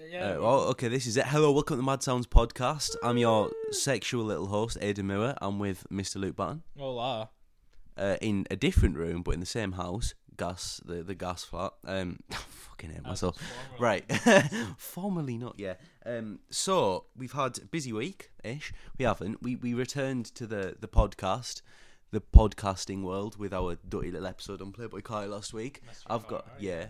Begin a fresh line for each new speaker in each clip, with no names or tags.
Uh,
yeah.
oh, okay, this is it. Hello, welcome to Mad Sounds Podcast. I'm your sexual little host, Aidan Moore. I'm with Mr. Luke Batten
Hola.
uh, in a different room, but in the same house, gas, the, the gas flat. Um, fucking hate myself. Right. Formerly not, yeah. Um, so, we've had busy week ish. We haven't. We, we returned to the, the podcast, the podcasting world, with our dirty little episode on Playboy Carly last week. I've got, yeah.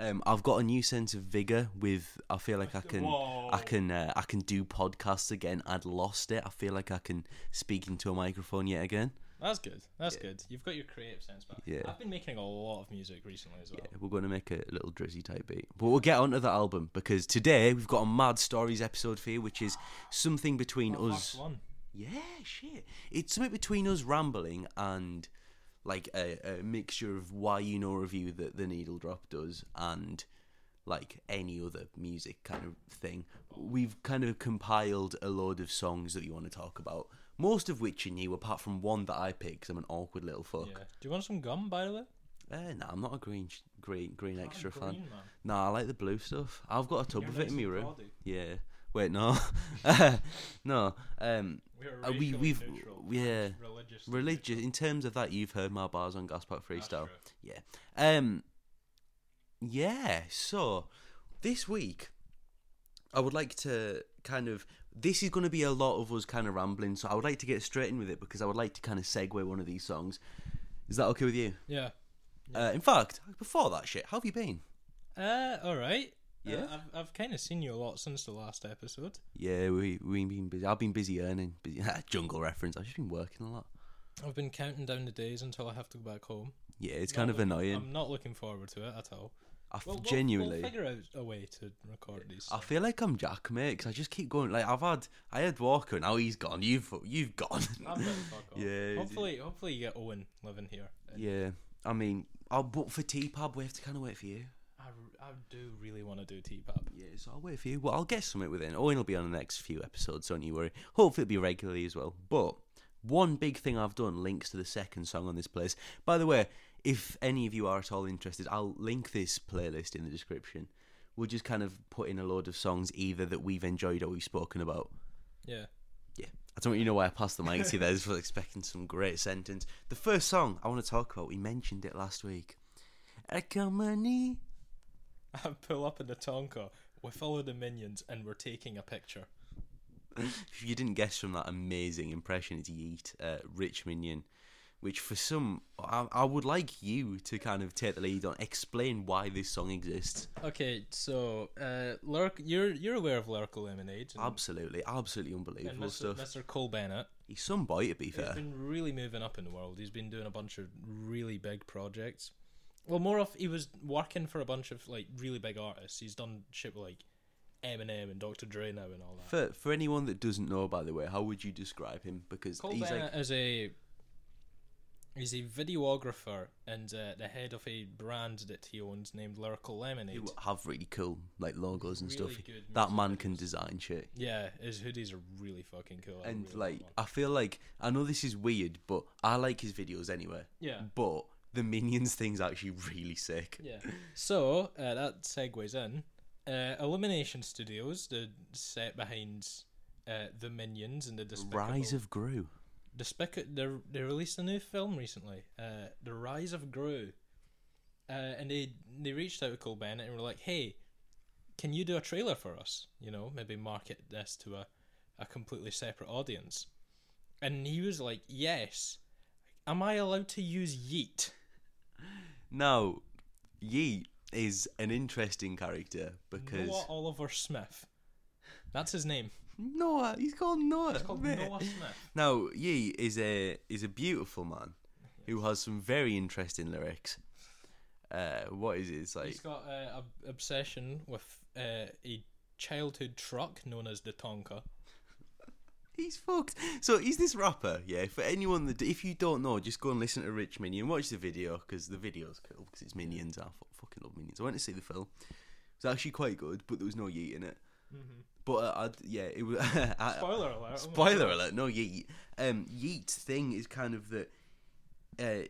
Um, I've got a new sense of vigor. With I feel like I can, I can, uh, I can do podcasts again. I'd lost it. I feel like I can speak into a microphone yet again.
That's good. That's good. You've got your creative sense back.
Yeah.
I've been making a lot of music recently as well.
We're going to make a little drizzy type beat, but we'll get onto that album because today we've got a mad stories episode for you, which is something between us.
Last one.
Yeah, shit. It's something between us rambling and like a, a mixture of why you know review that the needle drop does and like any other music kind of thing. We've kind of compiled a load of songs that you want to talk about, most of which are new, apart from one that I picked 'cause I'm an awkward little fuck.
Yeah. Do you want some gum, by the way?
Eh, nah, I'm not a green sh- green green extra fan.
green, man.
Nah, I like the blue stuff. I've got a tub
You're
of it
nice
in my
and
room.
hardy.
Yeah. Wait, no, no. Um,
We're
uh, we
racially
we've
neutral.
yeah
Religious.
religious in terms of that you've heard my bars on gaspack freestyle
true.
yeah um yeah so this week i would like to kind of this is going to be a lot of us kind of rambling so i would like to get straight in with it because i would like to kind of segue one of these songs is that okay with you
Yeah.
uh, in fact before that shit how have you been
Uh, all right. Uh,
Yeah?
I've, I've kind of seen you a lot since the last episode.
yeah we, we've been busy i've been busy earning busy jungle reference i've just been working a lot
I've been counting down the days until I have to go back home.
yeah it's kind
Not
of
look-
annoying
I'm not looking forward to it at all.
i f-
Well, we'll-
genuinely
we'll figure out a way to record these.
I feel like I'm Jack, mate, 'cause I just keep going. Like I've had, I had Walker, now he's gone. You've, you've gone.
I'm gonna fuck off.
Yeah,
Hopefully, hopefully you get Owen living here. And
yeah, I mean, I'll book for T-Pub. We have to kind of wait for you.
I, I do really want to do T-Pop.
Yeah, so I'll wait for you. Well, I'll get something within. Owen will be on the next few episodes, don't you worry. Hopefully, it'll be regularly as well. But one big thing I've done links to the second song on this place. By the way, if any of you are at all interested, I'll link this playlist in the description. We'll just kind of put in a load of songs either that we've enjoyed or we've spoken about.
Yeah.
Yeah. I don't really know why I passed the mic to there. I was expecting some great sentence. The first song I want to talk about, we mentioned it last week. A company.
I pull up in the Tonka. We follow the minions and we're taking a picture.
If you didn't guess from that amazing impression, it's Yeet, uh, Rich Minion, which for some, I, I would like you to kind of take the lead on, explain why this song exists.
Okay, so uh, Lurk, you're you're aware of Lurkle Lemonade and,
Absolutely, absolutely
and
unbelievable
Mr.
Ah, stuff.
Mr. Cole Bennett.
He's some boy, to be
He's
fair.
been really moving up in the world. He's been doing a bunch of really big projects. Well, more of he was working for a bunch of like really big artists. He's done shit with like Eminem and Dr. Dre now and all that.
For, for anyone that doesn't know, by the way, how would you describe him? Because
Cole
he's like
Bennett is a is a videographer and uh, the head of a brand that he owns named Lyrical Lemonade.
who have really cool like logos and
Really
stuff.
good
That man can design shit.
yeah, his hoodies are really fucking cool. I
And
really
like
them.
I feel like I know this is weird, but I like his videos anyway.
Yeah.
But the minions thing's actually really sick.
yeah. So uh, that segues in. Uh, Elimination Studios, the set behind uh, the Minions and the Despicable.
Rise of Gru.
Despic- they they released a new film recently, uh, The Rise of Gru, uh, and they they reached out to Cole Bennett and were like, "Hey, can you do a trailer for us? You know, maybe market this to a, a completely separate audience." And he was like, "Yes, am I allowed to use Yeet?"
Now, Yeet is an interesting character because
Noah Oliver Smith, that's his name.
Noah, he's called Noah.
It's called
mate.
Noah Smith.
Now, Yeet is a is a beautiful man who has some very interesting lyrics. Uh, what is it? It's like
He's got uh, an obsession with uh, a childhood truck known as the Tonka.
He's fucked. So he's this rapper, yeah. For anyone that if you don't know, just go and listen to Rich Minion. Watch the video because the video's cool because it's Minions. I fu- fucking love Minions. I went to see the film. It was actually quite good, but there was no yeet in it. But uh, I'd, yeah, it was. I,
Spoiler alert! oh my
spoiler alert. No yeet. Um, yeet thing is kind of that. Uh,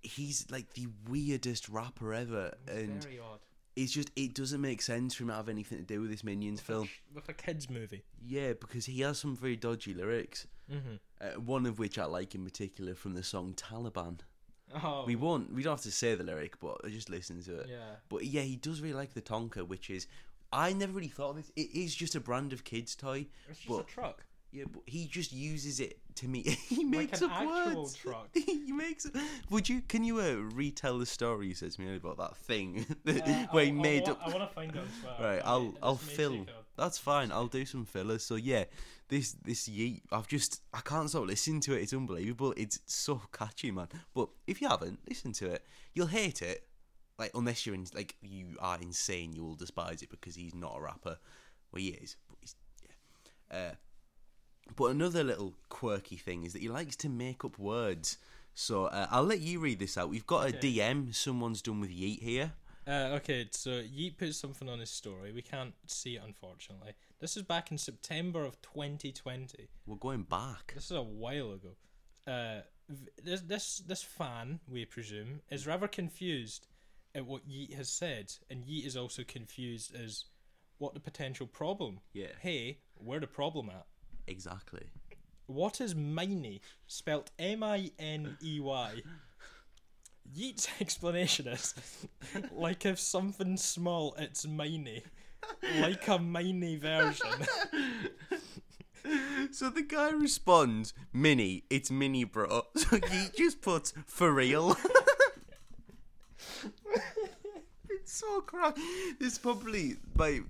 he's like the weirdest rapper ever, and
Very odd.
it's just it doesn't make sense for him to have anything to do with this Minions film.
with a kids movie.
Yeah, because he has some very dodgy lyrics.
Mm-hmm.
Uh, one of which I like in particular from the song Taliban.
Oh,
We won't. We don't have to say the lyric, but just listen to it.
yeah.
But yeah, he does really like the Tonka, which is I never really thought of this. It is just a brand of kids' toy.
It's just a
But
truck.
yeah, but he just uses it to me. he makes
an
up
actual
words.
truck.
he makes. Would you? Can you uh, retell the story you said to me about that thing that-
Uh,
where
I-
he
I
made
wa-
up?
I want to find out. as well.
Right,
I
I'll
may- I
I'll
just may
fill.
take a-
That's fine. I'll do some fillers. So yeah, this this yeet. I've just I can't stop listening to it. It's unbelievable. It's so catchy, man. But if you haven't listened to it, you'll hate it. Like unless you're in, like you are insane, you will despise it because he's not a rapper. Well, he is, but he's yeah. Uh, but another little quirky thing is that he likes to make up words. So uh, I'll let you read this out. We've got a DM someone's done with yeet here.
Uh, okay, so Yeet put something on his story. We can't see it, unfortunately. This is back in September of 2020.
We're going back.
This is a while ago. Uh, v- this this this fan, we presume, is rather confused at what Yeet has said, and Yeet is also confused as what the potential problem.
Yeah.
Hey, where the problem at?
Exactly.
What is miney? Spelt M I N E Y. Yeet's explanation is like if something small, it's miney. Like a miney version.
So the guy responds, Mini, it's Mini, bro. So he just puts, for real. it's so crap. This probably, like,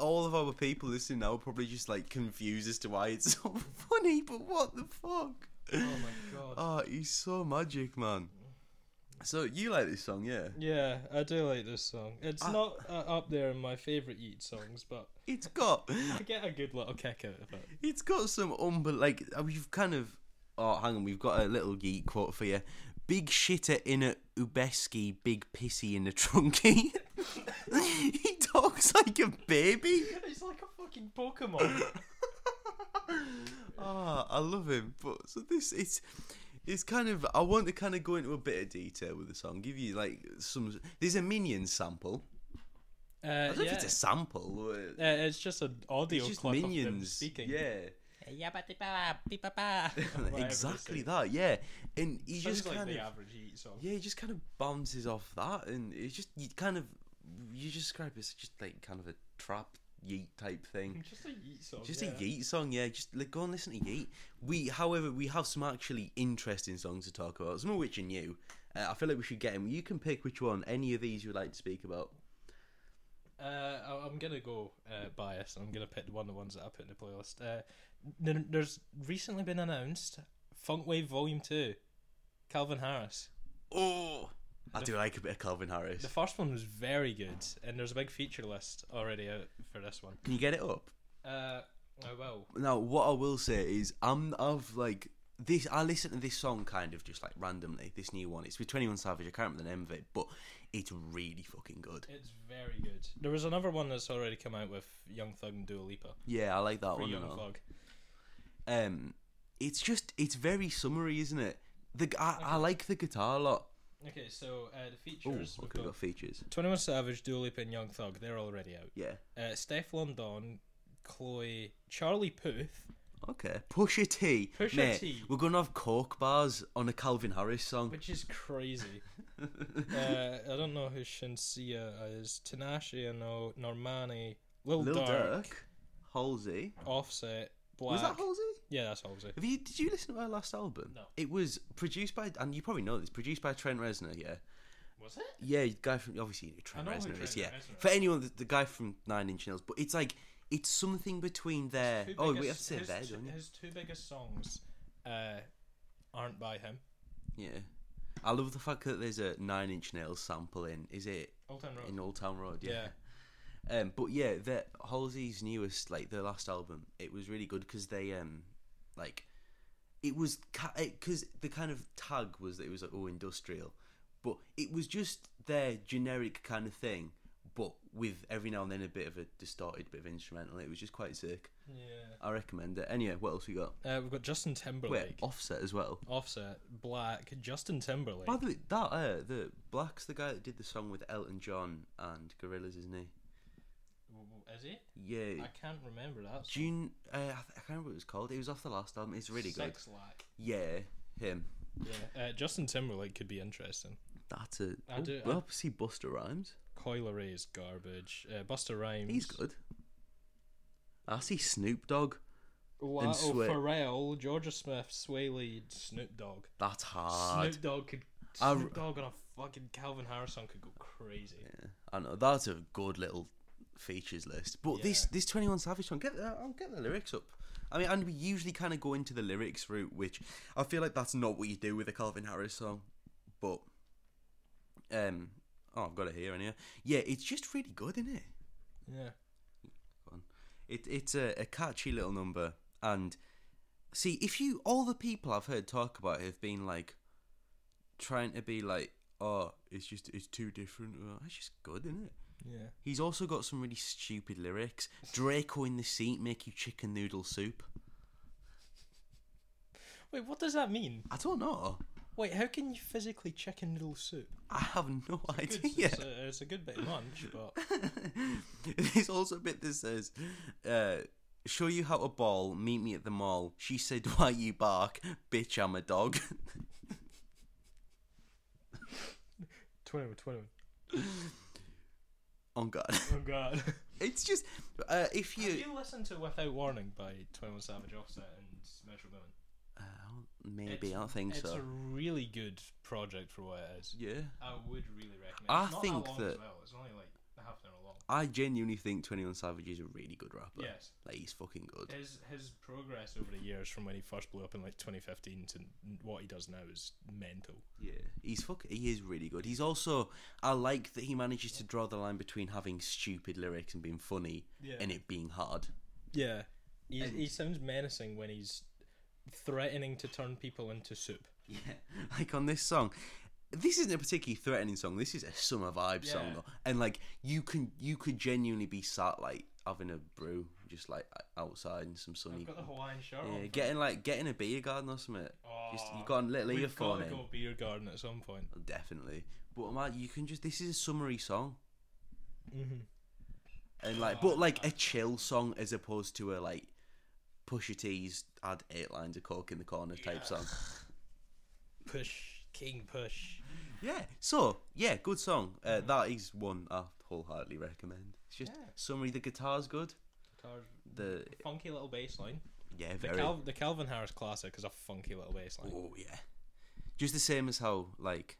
all of our people listening now are probably just, like, confused as to why it's so funny, but what the fuck?
Oh my god.
Oh, he's so magic, man. So you like this song, yeah?
Yeah, I do like this song. It's not uh, up there in my favourite Yeet songs, but
It's got
I get a good little kick out of it.
It's got some unbel like uh, we've kind of oh hang on we've got a little geek quote for you. Big shitter in a ubeski, big pissy in a trunky. he talks like a baby.
It's like a fucking Pokemon.
Ah, I love him. But so this it's it's kind of I want to kind of go into a bit of detail with the song. Give you like some there's a minion sample.
Uh,
I don't know
yeah.
if it's a sample. Or,
Uh, it's just an audio
it's just
clip of them
minions.
speaking.
Yeah.
Whatever they
exactly
say.
that, yeah. And he
Sounds
just
like
kind
the
of
average Yeet song.
yeah, he just kind of bounces off that, and it's just you kind of you just describe it as just like kind of a trap yeet type thing.
Just a Yeet song.
Just
yeah.
a Yeet song, yeah. Just like go and listen to Yeet. We, however, we have some actually interesting songs to talk about. Some of which are new. Uh, I feel like we should get them. You can pick which one, any of these you would like to speak about.
Uh, I- I'm gonna go uh, biased. I'm gonna pick one of the ones that I put in the playlist. Uh, there, there's recently been announced Funkwave Volume Two, Calvin Harris.
Oh, I do like a bit of Calvin Harris.
The first one was very good, and there's a big feature list already out for this one.
Can you get it up?
Uh, I will.
Now, what I will say is, I'm of like this. I listen to this song kind of just like randomly. This new one, it's with Twenty One Savage. I can't remember the name of it, but it's really fucking good.
It's very good. There was another one that's already come out with Young Thug and Dua Lipa.
Yeah, I like that
For
one. a
Young
lot.
Thug.
Um, it's just it's very summery, isn't it? The gu- I, I like the guitar a lot.
Okay, so uh, the
Ooh,
features.
okay,
we've
we've
got
got features.
Twenty One Savage, Dua Lipa, and Young Thug. They're already out.
Yeah.
Uh, Steph London, Chloe, Charlie Puth.
Okay. Pusha T.
Pusha
mate,
T.
We're gonna have Coke bars on a Calvin Harris song.
which is crazy. uh, I don't know who Shinsia is. Tinashe, I know. Normani, Lil,
Lil
Durk,
Durk. Halsey.
Offset, Black.
Was that Halsey?
yeah, that's Halsey.
Have you? Did you listen to her last album?
No.
It was produced by, and you probably know this, produced by Trent Reznor. Yeah,
Was it?
yeah, the guy from obviously you know Trent
know who
Reznor is.
Trent
Yeah,
Reznor is.
for anyone, the, the guy from Nine Inch Nails. But it's like it's something between their. Oh, we have to say
his,
their,
two-
don't you?
His two biggest songs uh, aren't by him.
Yeah, I love the fact that there's a Nine Inch Nails sample in. Is it
Old Town Road.
in Old Town Road?
yeah.
Um, but yeah, the Halsey's newest, like their last album, it was really good because they, um, like, it was because the kind of tag was that it was like oh industrial, but it was just their generic kind of thing. but with every now and then a bit of a distorted bit of instrumental. It was just quite sick.
Yeah.
I recommend it. Anyway, what else we got?
Uh, we've got Justin Timberlake,
Wait, Offset as well.
Offset, Black, Justin Timberlake.
By the way, that uh, the Black's the guy that did the song with Elton John and Gorillaz, isn't he?
W- w- Is he?
Yeah.
I can't remember that. song.
June. Uh, I, th- I can't remember what it was called. It was off the last album. It's really good.
Sex Lack.
Yeah, him.
Yeah. Uh, Justin Timberlake could be interesting.
That's a.
I
oh,
do-
well, see Buster Rhymes.
Coil Ray is garbage. Uh, Buster Rhymes.
He's good. I see Snoop Dogg.
Lotto,
Sway-
oh, Pharrell, Georgia Smith, Sway Lee, Snoop Dogg.
That's hard.
Snoop Dogg could.
I-
Snoop Dogg on a fucking Calvin Harris song could go crazy.
Yeah, I know that's a good little features list. But this
Yeah.
this Twenty One Savage one, get the I'll get the lyrics up. I mean, and we usually kind of go into the lyrics route, which I feel like that's not what you do with a Calvin Harris song. But um, oh, I've got it here anyway. Yeah, it's just really good, isn't it?
Yeah.
It it's a, a catchy little number, and see if you all the people I've heard talk about it have been like trying to be like, oh, it's just it's too different. Well, it's just good, isn't it?
Yeah.
He's also got some really stupid lyrics. Draco in the seat make you chicken noodle soup.
Wait, what does that mean?
I don't know.
Wait, how can you physically chicken noodle soup?
I have no
Good,
idea.
it's, a, it's a good bit of munch, but
There's also a bit that says, uh, "Show you how to ball. Meet me at the mall." She said, "Why you bark, bitch? I'm a dog."
21, 21.
oh God,
Oh god.
it's just uh, if
Have
you,
you listened to Without Warning by 21 Savage Offset and Metro Boomin?
uh, I don't- maybe I don't think
It's a
so.
really good project for what it is.
Yeah,
I would really recommend.
I
it's not
think
that long
that-
as well. It's only like half an hour long.
I genuinely think Twenty One Savage is a really good rapper.
yes,
like he's fucking good.
his his progress over the years from when he first blew up in like 2015 to what he does now is mental.
Yeah, he's fuck. He is really good. He's also I like that he manages to draw the line between having stupid lyrics and being funny,
Yeah.
and it being hard.
Yeah, he he sounds menacing when he's threatening to turn people into soup.
Yeah, like on this song, this isn't a particularly threatening song. This is a summer vibe song,
Yeah.
though. and like you can you could genuinely be sat like having a brew, just like outside in some sunny.
I've got the Hawaiian shirt
Yeah,
on.
getting like getting a beer garden or something.
Oh,
Just you got a little
we've got
earphone
to
in,
go beer garden at some point.
definitely. But man, you can just this is a summery song.
Mm-hmm.
and like, but like a chill song as opposed to a like Pusha T's had eight lines of coke in the corner type song.
Push, King Push.
Yeah. So yeah, good song. Uh, that is one I wholeheartedly recommend. It's just
Mm-hmm. Yeah.
summary. The guitar's good. The
Funky little bass line.
yeah,
The,
very.
Cal- the Calvin Harris classic is a funky little bass line.
oh yeah. Just the same as how like.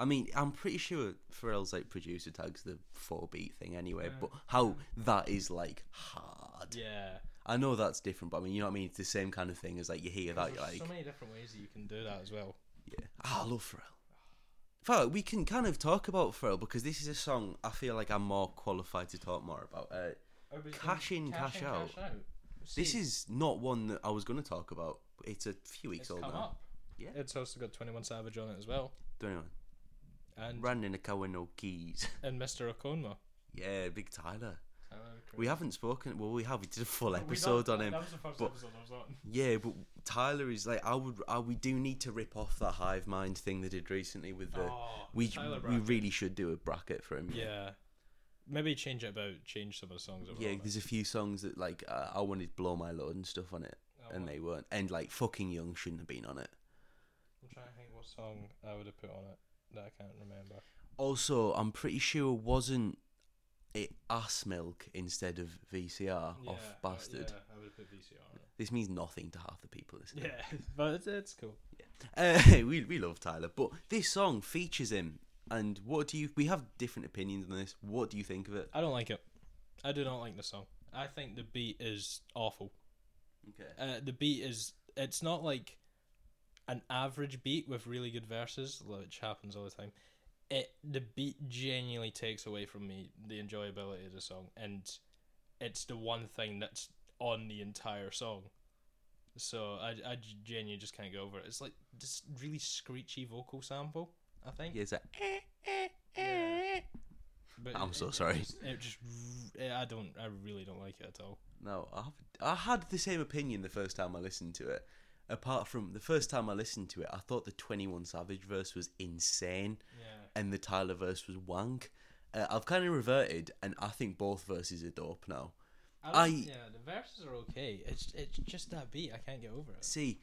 I mean, I'm pretty sure Pharrell's like producer tags the four beat thing anyway, but how that is like hard.
Yeah.
I know that's different, but I mean, you know what I mean. It's the same kind of thing as like you hear that, you're
There's
like
so many different ways that you can do that as well.
Yeah. Ah, I love Pharrell. In fact, we can kind of talk about Pharrell because this is a song I feel like I'm more qualified to talk more about. Uh,
Oh,
Cash in, cash out. this is not one that I was going to talk about. but It's a few weeks
it's
old
come
now.
up.
Yeah.
It's also got 21 Savage on it as well.
Don't anyone.
And
Running a cow with no keys.
and Mr. Okonma.
yeah, big Tyler. We haven't spoken. Well, we have. We did a full
We
episode
done-
on him.
That was the first
but-
episode I was on.
Yeah, but Tyler is like I would. I, we do need to rip off that hive mind thing they did recently with the.
Oh,
we
Tyler
we
Bracken.
really should do a bracket for him.
Yeah. Maybe change it about, change some of the songs that were
Yeah,
on it.
there's a few songs that like uh, I wanted "Blow My Load" and stuff on it,
Oh,
and
wow.
they weren't. And like "Fucking Young" shouldn't have been on it.
I'm trying to think what song I would have put on it that I can't remember.
Also, I'm pretty sure wasn't it "Ass Milk" instead of VCR
Yeah, uh,
off Bastard.
yeah, I would have put VCR on it.
This means nothing to half the people listening.
Yeah, but it's, it's cool.
Uh, we we love Tyler, but this song features him. And what do you? We have different opinions on this. What do you think of it?
I don't like it. I do not like the song. I think the beat is awful.
Okay.
Uh, the beat is it's not like an average beat with really good verses, which happens all the time. It the beat genuinely takes away from me the enjoyability of the song, and it's the one thing that's on the entire song. So I, I genuinely just can't go over it. It's like this really screechy vocal sample. I think.
Yeah, it's like,
Yeah. But
I'm
it-
so
it
sorry.
just- It just, r- I don't, I really don't like it at all.
No, I, have- I had the same opinion the first time I listened to it. Apart from the first time I listened to it, I thought the 21 Savage verse was insane
Yeah.
and the Tyler verse was wank. Uh, I've kind of reverted, and I think both verses are dope now.
I,
I-
yeah, the verses are okay. It's it's just that beat. I can't get over it.
See,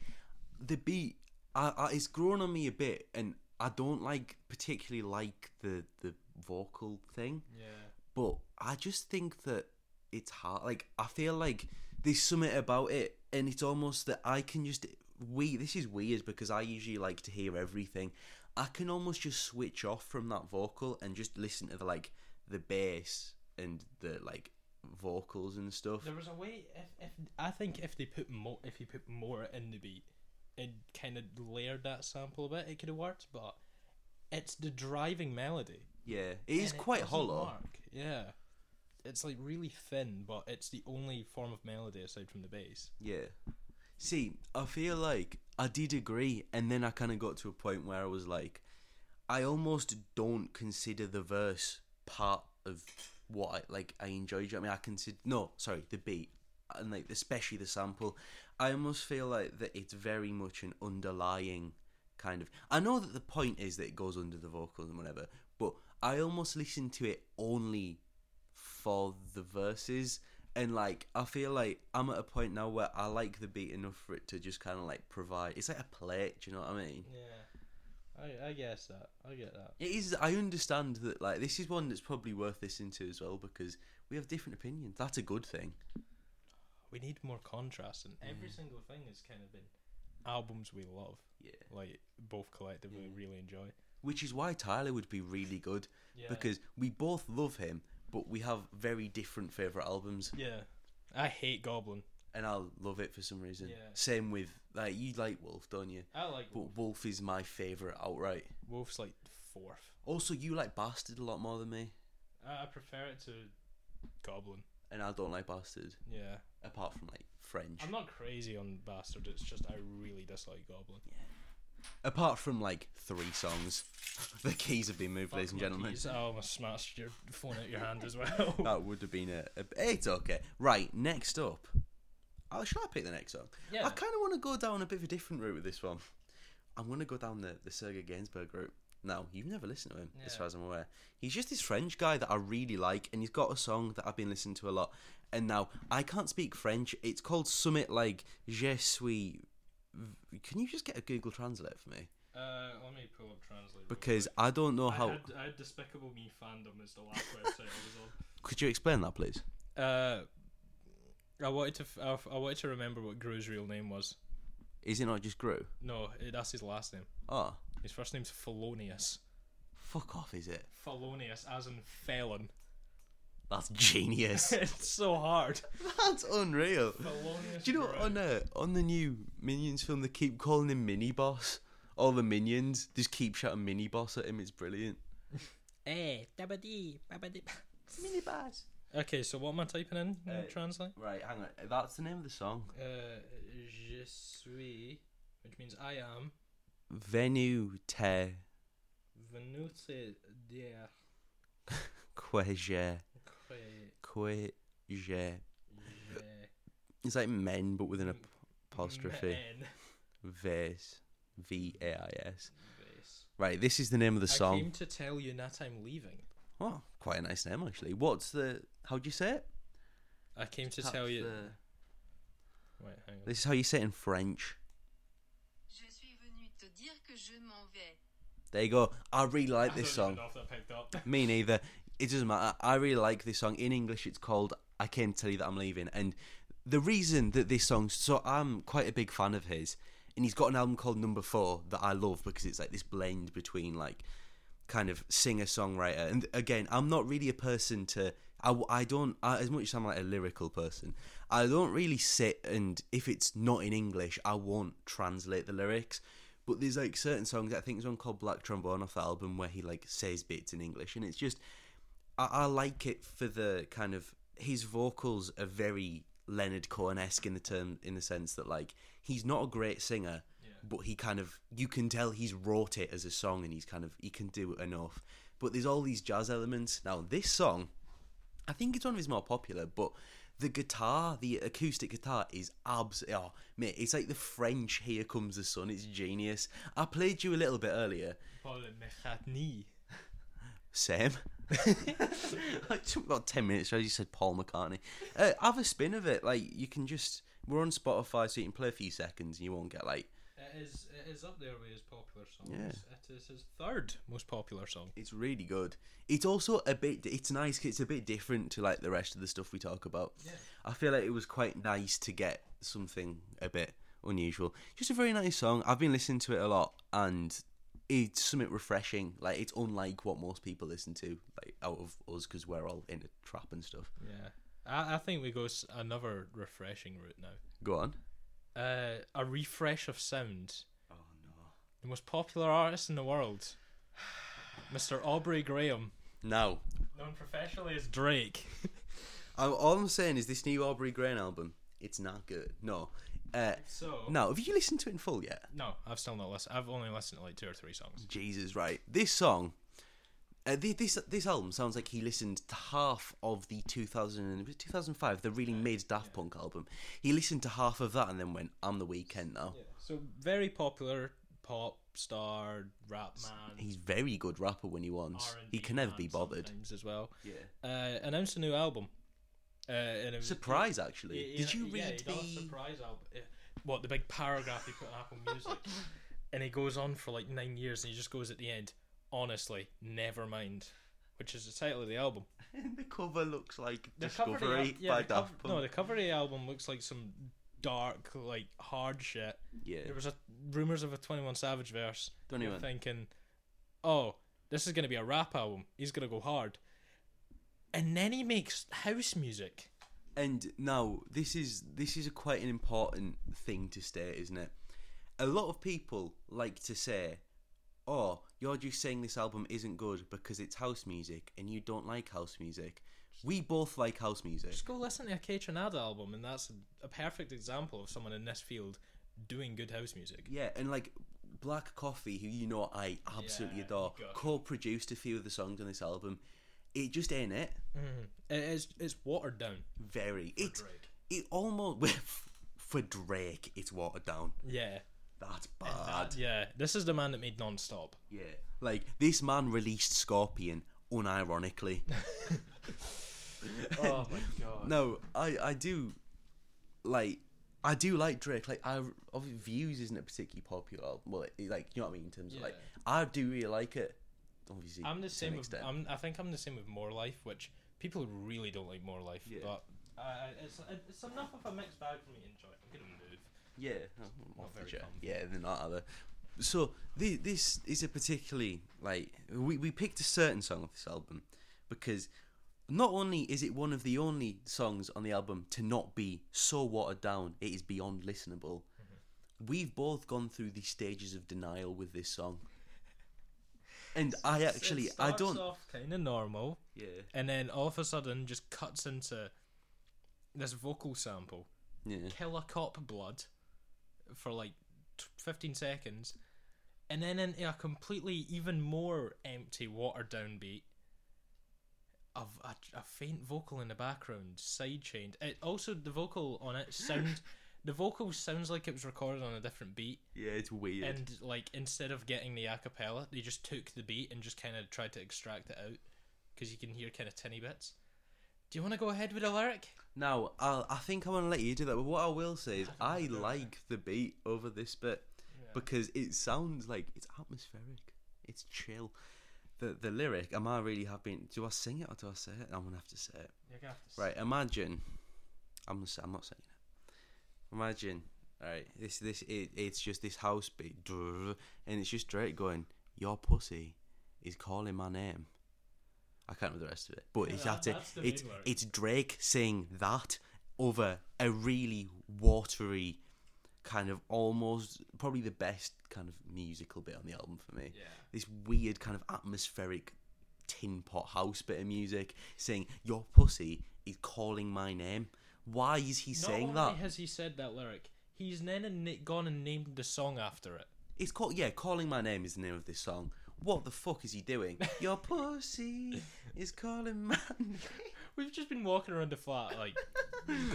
the beat, I, I, it's grown on me a bit, and I don't like particularly like the the vocal thing.
Yeah.
but I just think that it's hard. Like I feel like there's something about it, and it's almost that I can just we. This is weird because I usually like to hear everything. I can almost just switch off from that vocal and just listen to the like the bass and the like vocals and stuff.
There was a way if, if I think if they put more if you put more in the beat and kind of layered that sample a bit, it could have worked. But it's the driving melody.
Yeah, it is
and it
quite
doesn't
hollow.
work. Yeah, it's like really thin, but it's the only form of melody aside from the bass.
Yeah. See, I feel like I did agree, and then I kind of got to a point where I was like, I almost don't consider the verse part of what I like. I enjoy. do you know what I mean, I consider no, sorry, the beat and like especially the sample. I almost feel like that it's very much an underlying kind of. I know that the point is that it goes under the vocals and whatever, but I almost listen to it only for the verses and like I feel like I'm at a point now where I like the beat enough for it to just kind of like provide it's like a plate do you know what I mean
Yeah, I I guess that I get that.
it is I understand that like this is one that's probably worth listening to as well because we have different opinions that's a good thing
We need more contrast, and every
Mm.
single thing has kind of been albums we love,
yeah
like both collectively
Mm.
really enjoy.
which is why Tyler would be really good
Yeah.
because we both love him but we have very different favorite albums
Yeah, I hate Goblin.
and I'll love it for some reason
Yeah.
same with like you like Wolf don't you
I like
but Wolf is my favorite outright
Wolf's like fourth.
also you like Bastard a lot more than me
I I prefer it to Goblin.
and I don't like Bastard
Yeah,
apart from like French.
I'm not crazy on Bastard. It's just I really dislike Goblin.
Apart from like three songs, the keys have been moved, ladies and gentlemen.
Jeez, I almost smashed your phone out your hand as well.
That would have been a, a. It's okay. Right, next up. Oh, shall I pick the next song?
Yeah.
I kind of want to go down a bit of a different route with this one. I'm going to go down the, the Sergei Gainsbourg route. Now, you've never listened to him, as
Yeah.
far as I'm aware. He's just this French guy that I really like, and he's got a song that I've been listening to a lot. And now, I can't speak French. It's called Summit Like Je suis. v- Can you just get a Google Translate for me?
Uh, let me pull up Translate.
Because I don't know how.
I had Despicable Me fandom as the last website I
Could you explain that, please?
was on. Uh, I wanted to f- I f- I wanted to remember what Gru's real name was.
Is it not just Gru?
No, it, that's his last name.
Oh,
His first name's Felonius.
fuck off, is it?
Felonius, as in felon.
That's genius.
it's so hard.
That's unreal.
Felonious
Do you know
Gru.
on uh, on the new Minions film they keep calling him Mini Boss? All the minions just keep shouting Mini Boss at him. It's brilliant.
Eh, dabadi, babadi.
Mini Boss.
Okay, so what am I typing in? in
Uh,
translate.
Right, hang on. That's the name of the song.
Uh, je suis, which means I am,
Venu te
venute der
que je
que
que je.
je
It's like men, but with an apostrophe.
men
Vase. V A I S.
base.
Right, this is the name of the
I
song.
came to tell you that I'm leaving.
Oh, quite a nice name actually. What's the? How'd you say it?
I came to
That's
tell you.
the-
Wait, hang on.
This is how you say it in French.
Je suis venu te dire que je m'en vais.
There you go. I really like this
I don't even
song.
know if that picked up.
Me neither. It doesn't matter. I really like this song. In English, it's called "I Came to Tell You That I'm Leaving," and the reason that this song. So I'm quite a big fan of his, and he's got an album called Number Four that I love because it's like this blend between like kind of singer songwriter. And again, I'm not really a person to. I, w- I don't I, as much as I'm like a lyrical person. I don't really sit and if it's not in English, I won't translate the lyrics. But there's like certain songs. I think there's one called Black Trombone off the album where he like says bits in English, and it's just I, I like it for the kind of his vocals are very Leonard Cohen esque in the term in the sense that like he's not a great singer, but he kind of you can tell he's wrote it as a song and he's kind of he can do it enough. but there's all these jazz elements. Now, this song, I think it's one of his more popular, but the guitar, the acoustic guitar, is abs. Oh, mate, it's like the French "Here Comes the Sun." It's genius. I played you a little bit earlier.
Paul McCartney.
Sam. it took about 10 minutes. I just said Paul McCartney. Uh, have a spin of it. Like, you can just. We're on Spotify, so you can play a few seconds and you won't get, like.
It is, it is up there with his popular songs.
Yeah.
It is his third most popular song.
It's really good. It's also a bit. It's nice 'cause it's a bit different to, like, the rest of the stuff we talk about.
Yeah.
I feel like it was quite nice to get something a bit unusual. Just a very nice song. I've been listening to it a lot and. It's something refreshing. Like it's unlike what most people listen to, like out of us, because we're all into trap and stuff.
Yeah. I, I think we go s- another refreshing route now.
Go on.
Uh, a refresh of sound.
Oh no.
The most popular artist in the world, Mr. Aubrey Graham.
No.
Known professionally as Drake.
I, all I'm saying is this new Aubrey Graham album, it's not good. No. Uh,
So.
no, have you listened to it in full yet?
No, I've still not listened. I've only listened to like two or three songs.
Jesus, right. This song, uh, thi- this this album sounds like he listened to half of the 2000, and- was it 2005, the really mid Daft Punk album. He listened to half of that and then went, I'm the weekend now.
So very popular pop star, rap man,
He's very good rapper when he wants. he can never be bothered.
sometimes as well.
Yeah.
Uh, announced a new album. Uh, and it was-
Surprise, actually.
Yeah,
Did
yeah,
you read
yeah, he got a
the?
surprise album? Yeah. What the big paragraph he put on Apple Music, and he goes on for like nine years, and he just goes at the end. Honestly, never mind, which is the title of the album.
the cover looks like
The cover of the
Discovery
al- yeah,
by
the cov-
Daft
No,
Punk.
the cover of the album looks like some dark, like hard shit.
yeah.
There was a rumors of a Twenty One Savage verse.
Don't
You're
even-
thinking, oh, this is gonna be a rap album. He's gonna go hard, and then he makes house music.
And now this is this is a quite an important thing to state, isn't it? A lot of people like to say, "Oh, you're just saying this album isn't good because it's house music and you don't like house music." We both like house music.
Just go listen to a K Tronada album, and that's a perfect example of someone in this field doing good house music.
Yeah, and like Black Coffee, who you know I absolutely
Yeah,
adore,
gotcha.
co-produced a few of the songs on this album. It just ain't it.
It is it's watered down.
Very. It
Drake.
it almost for Drake, it's watered down.
Yeah,
That's bad.
yeah. This is the man that made Nonstop.
Yeah. Like this man released Scorpion unironically.
Oh my god.
no, I I do like I do like Drake. Like I obviously Views isn't a particularly popular album. Well, it, like you know what I mean in terms of like I do really like it. Obviously,
I'm the
to an
same with
extent.
I'm, I think I'm the same with More Life, which people really don't like More Life,
Yeah.
but uh, it's it's enough of a mixed bag for me to enjoy. I'm gonna move.
Yeah, I'm off the
very
jet.
comfy.
Yeah, they're not either. So thi- this is a particularly like we we picked a certain song off this album because not only is it one of the only songs on the album to not be so watered down, it is beyond listenable. We've both gone through the stages of denial with this song, and I actually I don't.
kind of normal,
Yeah,
and then all of a sudden just cuts into this vocal sample,
yeah.
"Kill a Cop Blood," for like t- fifteen seconds, and then into a completely even more empty, watered down beat. Of a, a faint vocal in the background, sidechained. It also the vocal on it sound, the vocal sounds like it was recorded on a different beat,
Yeah, it's weird.
and like instead of getting the acapella, they just took the beat and just kind of tried to extract it out, because you can hear kind of tinny bits. Do you want to go ahead with a lyric?
Now, I'll, I think I want to let you do that, but what I will say is I like the beat over this bit because it sounds like it's atmospheric. It's chill. The the lyric, am I really happy? Do I sing it or do I say it? I'm going to have to say it.
You're gonna have to
Right, imagine. I'm, gonna say- I'm not saying it. Imagine. All right, this this it, it's just this house beat, drrrr, and it's just Drake going, "Your pussy is calling my name." I can't remember the rest of it, but it's
that-
that, it.
that's the main
It's
lyric.
it's Drake saying that over a really watery, kind of almost probably the best kind of musical bit on the album for me.
Yeah.
This weird kind of atmospheric tin pot house bit of music saying your pussy is calling my name. Why is he saying
Not
that?
only has he said that lyric, he's then and na- gone and named the song after it.
It's called yeah, calling my name is the name of this song. what the fuck is he doing? Your pussy is calling my name.
We've just been walking around the flat like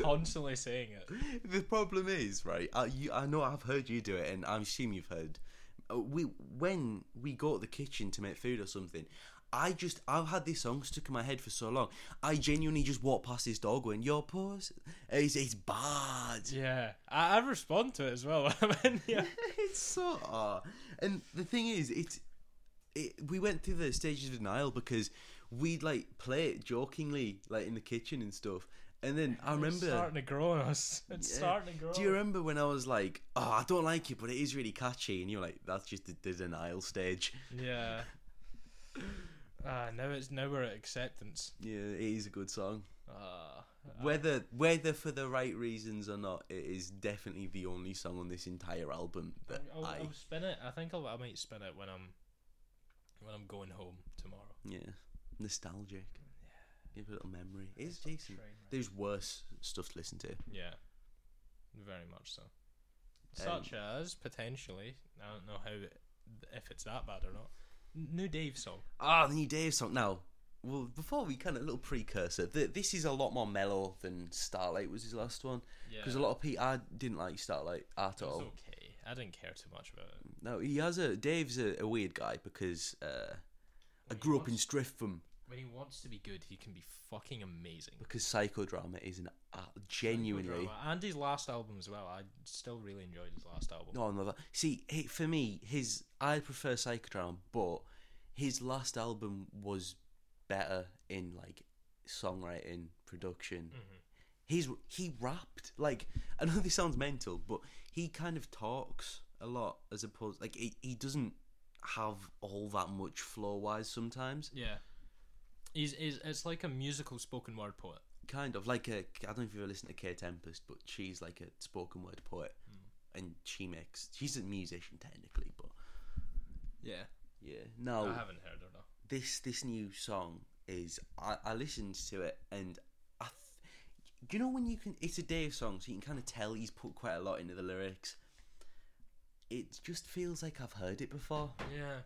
constantly saying it.
The problem is, right? I, you, I know I've heard you do it, and I assume you've heard. uh, We when we go to the kitchen to make food or something, I just I've had this song stuck in my head for so long. I genuinely just walk past this dog going, "Your puss," it's, it's bad.
Yeah, I, I respond to it as well. I mean, yeah.
it's so odd. And the thing is, it's it. We went through the stages of denial because we'd like play it jokingly, like in the kitchen and stuff. And then I
It's
remember
starting to grow on us. It's
Yeah.
starting to grow.
Do you remember when I was like, "Oh, I don't like it, but it is really catchy," and you're like, "That's just the, the denial stage."
yeah. Ah, now it's now we're at acceptance.
Yeah, it is a good song.
Ah,
Whether whether for the right reasons or not, it is definitely the only song on this entire album that
I'll,
I
I'll spin it. I think I'll, I might spin it when I'm when I'm going home tomorrow.
yeah nostalgic. Give it a little memory. It's
It's on the
decent.
train, right?
There's worse stuff to listen to.
Yeah, very much so. Such as potentially, I don't know how it, if it's that bad or not. New Dave song.
Ah, the new Dave song. Now, well, before we kind of a little precursor, th this is a lot more mellow than Starlight was his last one.
Yeah,
Because a lot of people, I didn't like Starlight at
it was
all.
okay. I didn't care too much about it.
No, he has a Dave's a, a weird guy because uh, I grew up in Streatham
When he wants to be good, he can be fucking amazing.
because psychodrama is an uh, genuinely.
Drama. And his last album as well. I still really enjoyed his last album.
No, no, that. See, it, for me, his I prefer psychodrama, but his last album was better in like songwriting, production. He's he rapped like I know this sounds mental, but he kind of talks a lot as opposed like he, he doesn't have all that much flow wise sometimes.
Yeah. He's, he's it's like a musical spoken word poet.
kind of like a I don't know if you ever listened to Kay Tempest, but she's like a spoken word poet,
Hmm.
and she makes she's a musician technically, but
Yeah.
yeah. No,
I haven't heard her though.
this this new song is I, I listened to it and I, th- you know when you can it's a Dave song, so you can kind of tell he's put quite a lot into the lyrics. It just feels like I've heard it before.
Yeah.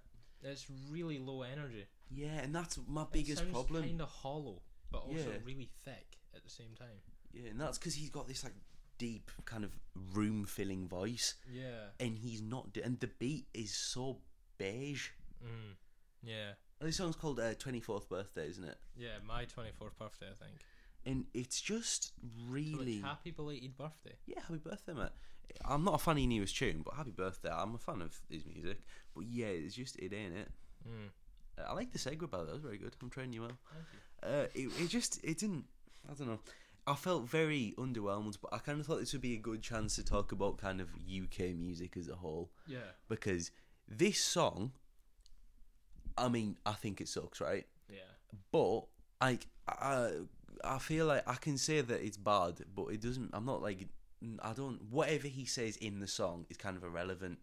It's really low energy.
Yeah, and that's my biggest
it
problem.
Kind of hollow, but also
Yeah.
really thick at the same time.
Yeah, and that's because he's got this like deep kind of room filling voice.
Yeah.
and he's not do- and the beat is so beige
Mm. Yeah.
this song's called uh, 24th birthday isn't it
Yeah. My twenty fourth birthday, I think.
and it's just
So it's
really
happy belated birthday.
yeah happy birthday mate i'm not a fan of his newest tune but happy birthday i'm a fan of his music but yeah it's just it ain't it
Mm.
Uh, i like the segue by the way, that was very good i'm training you well
Thank you.
uh, it, it just it didn't i don't know I felt very underwhelmed, but I kind of thought this would be a good chance to talk about kind of UK music as a whole.
Yeah.
because this song i mean i think it sucks right
Yeah.
but like i i feel like i can say that it's bad but it doesn't i'm not like i don't whatever he says in the song is kind of irrelevant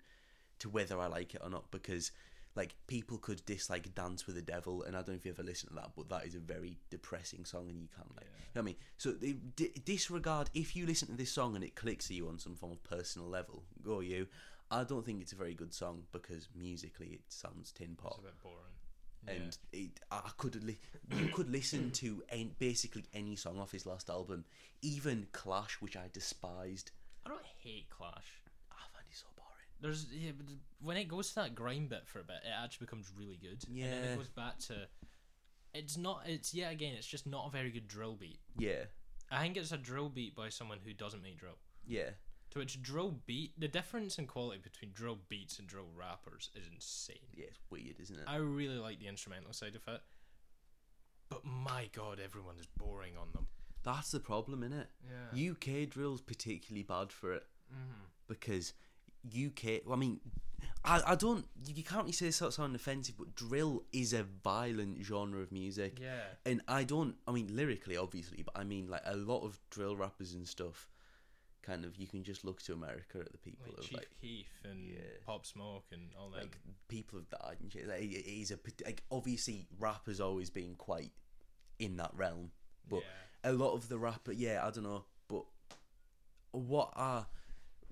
to whether i like it or not because like people could dislike dance with the devil and i don't know if you ever listened to that but that is a very depressing song and you can't like you know what i mean so they d- disregard if you listen to this song and it clicks to you on some form of personal level go you i don't think it's a very good song because musically it sounds tin pot
It's a bit boring.
and it, I could li- you could listen to an- basically any song off his last album, even Clash, which I despised.
I don't hate Clash.
I find it so boring.
There's yeah, but when it goes to that grind bit for a bit, it actually becomes really good. and then
Yeah.
it goes back to. It's not. It's yet again. It's just not a very good drill beat.
Yeah,
I think it's a drill beat by someone who doesn't make drill.
yeah,
To which drill beat, the difference in quality between drill beats and drill rappers is insane.
yeah. It's weird, isn't it?
I really like the instrumental side of it, but my god, everyone is boring on them.
That's the problem, innit?
Yeah. Mm-hmm.
UK drill's particularly bad for it because UK. Well, I mean, I, I don't. You, you can't really say this without sounding offensive, but drill is a violent genre of music.
Yeah.
and I don't. I mean, lyrically, obviously, but I mean, like a lot of drill rappers and stuff. Kind of, you can just look to America at the people
Like
of
Chief
like,
Keef and
Yeah.
Pop Smoke and all that.
like people have died and shit. Like, it it is a pat- like obviously rap has always been quite in that realm, but a lot of the rapper, yeah, I don't know, but what are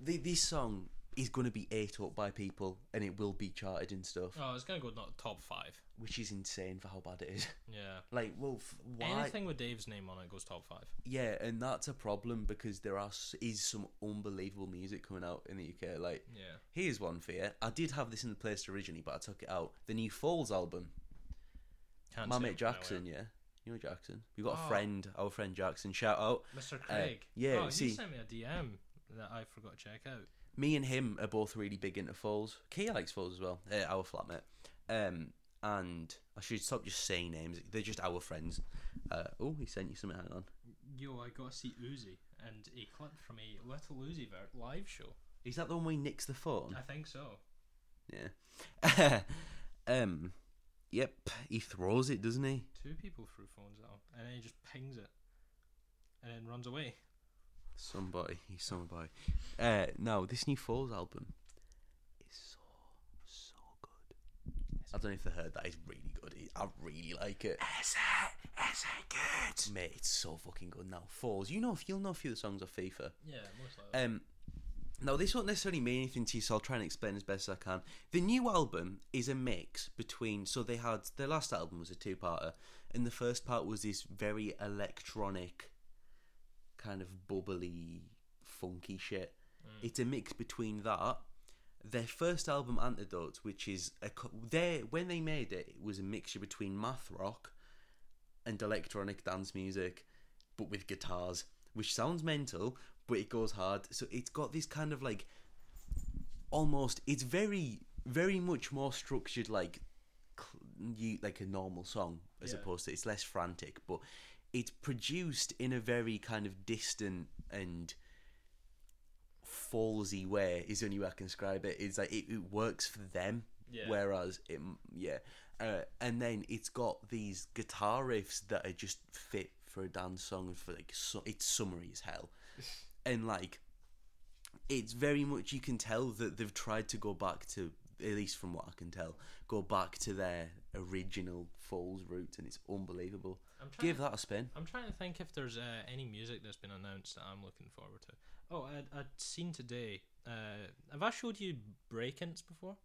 the, this song is going to be ate up by people and it will be charted and stuff,
Oh, it's gonna go not top five.
which is insane for how bad it is.
Yeah.
Like, well, f- why?
Anything with Dave's name on it goes top five.
Yeah, and that's a problem because there are s- is some unbelievable music coming out in the UK. Like,
Yeah.
here's one for you. I did have this in the playlist originally, but I took it out. The new Falls album.
Can't
My
say
mate
it now,
Jackson, yeah. You know Jackson? We've got
Oh.
a friend, our friend Jackson. Shout out.
yeah. Mr. Craig.
Uh, yeah,
Oh, he
see-
sent me a DM that I forgot to check out.
Me and him are both really big into Falls. Key likes Falls as well, uh, our flatmate. Um, and I should stop just saying names. They're just our friends. Uh, oh, he sent you something. Hang on.
Yo, I got to see Uzi and a clip from a Little Uzi ver- live show.
Is that the one where he nicks the phone?
I think so.
Yeah. um, yep. He throws it, doesn't he?
Two people threw phones at him, and then he just pings it, and then runs away.
Somebody, he's somebody. Uh, no, this new Falls album is so so good. I don't know if they heard that. It's really good. It- I really like it. Is it? Is it good? Mate, it's so fucking good now. Falls. You know, if you'll know a few of the songs of FIFA.
Yeah, most likely.
Um, now this won't necessarily mean anything to you, so I'll try and explain as best as I can. The new album is a mix between. So they had their last album was a two-parter, and the first part was this very electronic, kind of bubbly, funky shit. It's a mix between that, their first album Antidote, which is a co- their when they made it, it was a mixture between math rock and electronic dance music, but with guitars, which sounds mental, but it goes hard. So it's got this kind of like almost it's very very much more structured like cl- you like a normal song as
Yeah.
opposed to it's less frantic but it's produced in a very kind of distant and fallsy way is the only way I can describe it. It's like it, it works for them,
Yeah.
whereas it yeah, uh, and then it's got these guitar riffs that are just fit for a dance song and for like su- it's summery as hell, and like it's very much you can tell that they've tried to go back to at least from what I can tell go back to their original falls roots and it's unbelievable.
I'm trying
Give
to-
that a spin.
I'm trying to think if there's uh, any music that's been announced that I'm looking forward to. Oh, I, I'd seen today. Uh, have I showed you Breakins before?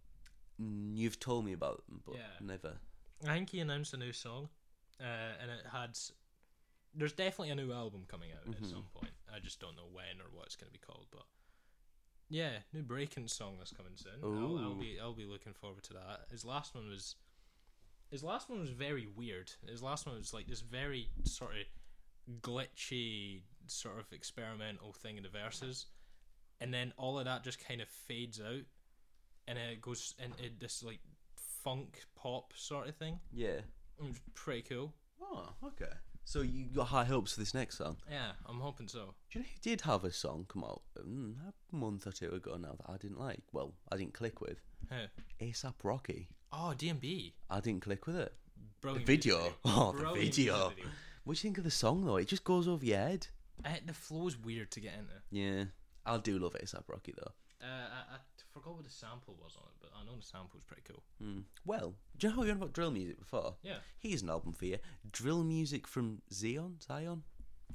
Mm, You've told me about them, but
Yeah.
never.
I think he announced a new song, uh, and it had. s- There's definitely a new album coming out at some point. I just don't know when or what it's going to be called, but yeah, new Breaking song that's coming soon. I'll, I'll
Ooh.
be I'll be looking forward to that. His last one was, his last one was very weird. His last one was like this very sort of glitchy, sort of experimental thing in the verses, and then all of that just kind of fades out, and it goes into this like funk pop sort of thing.
Yeah.
It was pretty cool.
Oh, okay. So you got high hopes for this next song.
Yeah, I'm hoping so.
Do you know who did have a song come out mm, a month or two ago now that I didn't like? Well, I didn't click with
Huh.
ASAP Rocky.
Oh, DMB.
I didn't click with it. The
Brilliant music
video.
video.
Oh, the
Brilliant
video.
music video.
What do you think of the song though? It just goes over your head.
Eh, the flow's weird to get into.
Yeah. I do love ASAP Rocky though.
Uh, I, I forgot what the sample was on it, but I know the sample's pretty cool.
Hmm. Well, do you know how we were on about drill music before?
Yeah.
Here's an album for you. Drill music from Zion. Zion.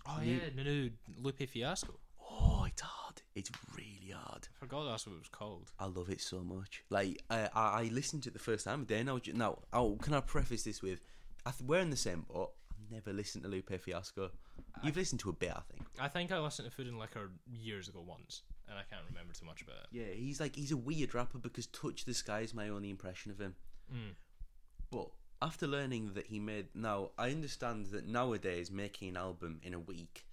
Oh,
New-
yeah, the new Lupe Fiasco.
Oh, it's hard. It's really hard.
I forgot that's what it was called.
I love it so much. Like I, I, I listened to it the first time. Then I was ju- now. Oh, can I preface this with? I th- we're in the same boat. I've never listened to Lupe Fiasco. You've listened to a bit, I think.
I think I listened to Food and Liquor years ago once, and I can't remember too much about it.
Yeah, he's like he's a weird rapper because Touch the Sky is my only impression of him.
Mm.
But after learning that he made now, I understand that nowadays making an album in a week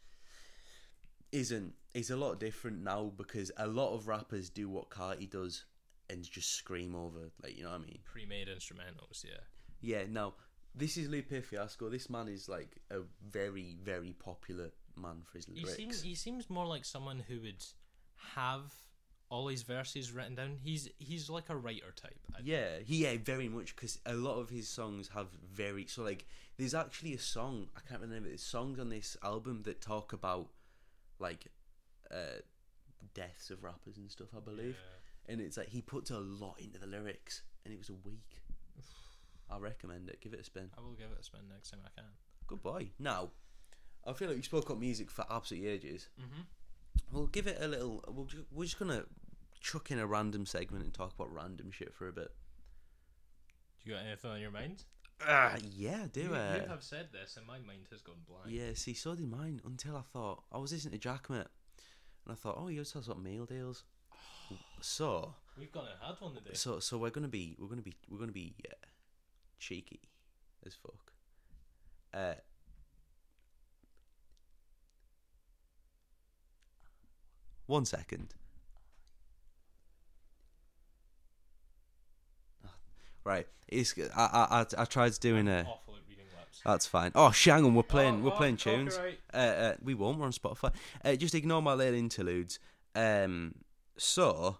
isn't is a lot different now because a lot of rappers do what Carti does and just scream over like you know what I mean.
Pre made instrumentals, yeah.
Yeah, now this is Lupe Fiasco. This man is like a very, very popular man for his
He
lyrics.
seems, he seems more like someone who would have all his verses written down. He's he's like a writer type. I
yeah, he yeah, very much because a lot of his songs have very so like there's actually a song I can't remember. There's songs on this album that talk about like uh deaths of rappers and stuff, I believe. And it's like he puts a lot into the lyrics, and it was a week. I recommend it. Give it a spin.
I will give it a spin next time I can.
Good boy. Now, I feel like we spoke up music for absolutely ages.
Mm-hmm.
We'll give it a little. We'll ju- we're just gonna chuck in a random segment and talk about random shit for a bit.
You got anything on your mind?
Ah, yeah, I do
you,
it.
you have said this, and my mind has gone blank.
Yeah, see, so did mine until I thought I was listening to Jack mate, and I thought, oh, he always talks about meal deals. So,
We've gone and had one today.
so, so we're gonna be, we're gonna be, we're gonna be uh, cheeky as fuck. Uh, one second. Right, it's, I, I, I tried doing a.
Awful at reading lips.
That's fine. Oh, shit, hang on, we're playing.
Oh,
we're
God,
playing tunes.
copyright.
Uh, uh, we won't. We're on Spotify. Uh, just ignore my little interludes. Um, so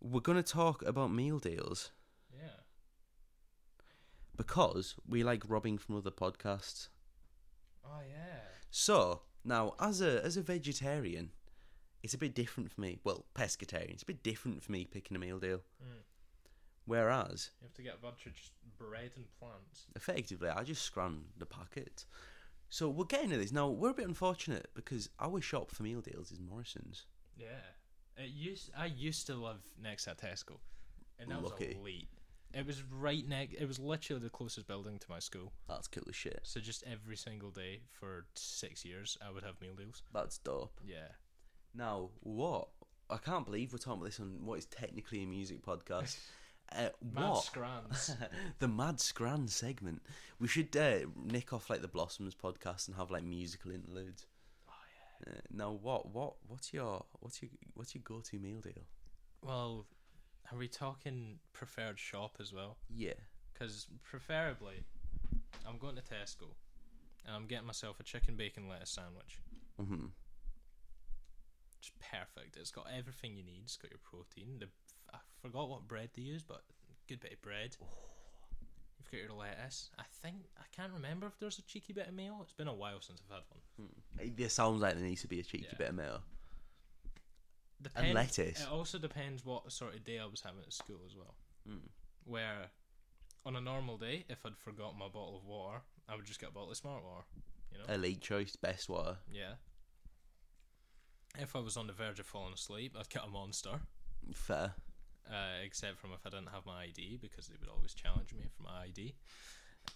we're gonna talk about meal deals
Yeah.
because we like robbing from other podcasts.
Oh yeah.
So now, as a as a vegetarian, it's a bit different for me. Well, pescatarian, it's a bit different for me picking a meal deal.
Mm.
Whereas,
You have to get a bunch of just bread and plants.
effectively, I just scran the packet. So we're getting to this now. We're a bit unfortunate because our shop for meal deals is Morrison's.
Yeah. It used. I used to live next to Tesco, and that
Lucky.
was elite. It was right next. It was literally the closest building to my school.
That's cool as shit.
So just every single day for six years, I would have meal deals.
That's dope.
Yeah.
Now, what? I can't believe we're talking about this on what is technically a music podcast. Uh,
Mad
what?
scrans.
the Mad Scran segment. We should uh, nick off like the Blossoms podcast and have like musical interludes. Oh yeah. Uh, now what? What? What's your what's your what's your go-to meal deal?
well, are we talking preferred shop as well?
Yeah.
Because preferably, I'm going to Tesco, and I'm getting myself a chicken bacon lettuce sandwich.
hmm
It's perfect. It's got everything you need. It's got your protein. The I forgot what bread they use, but good bit of bread. You've got your lettuce. I think I can't remember if there's a cheeky bit of mayo. It's been a while since I've had one.
It, it sounds like there needs to be a cheeky
Yeah.
bit of mayo.
Depend-
lettuce.
It also depends what sort of day I was having at school as well.
Hmm.
Where, on a normal day, if I'd forgotten my bottle of water, I would just get a bottle of smart water. You know.
Elite choice, best water.
Yeah. If I was on the verge of falling asleep, I'd get a monster.
Fair.
Uh, except from if I didn't have my ID, because they would always challenge me for my ID.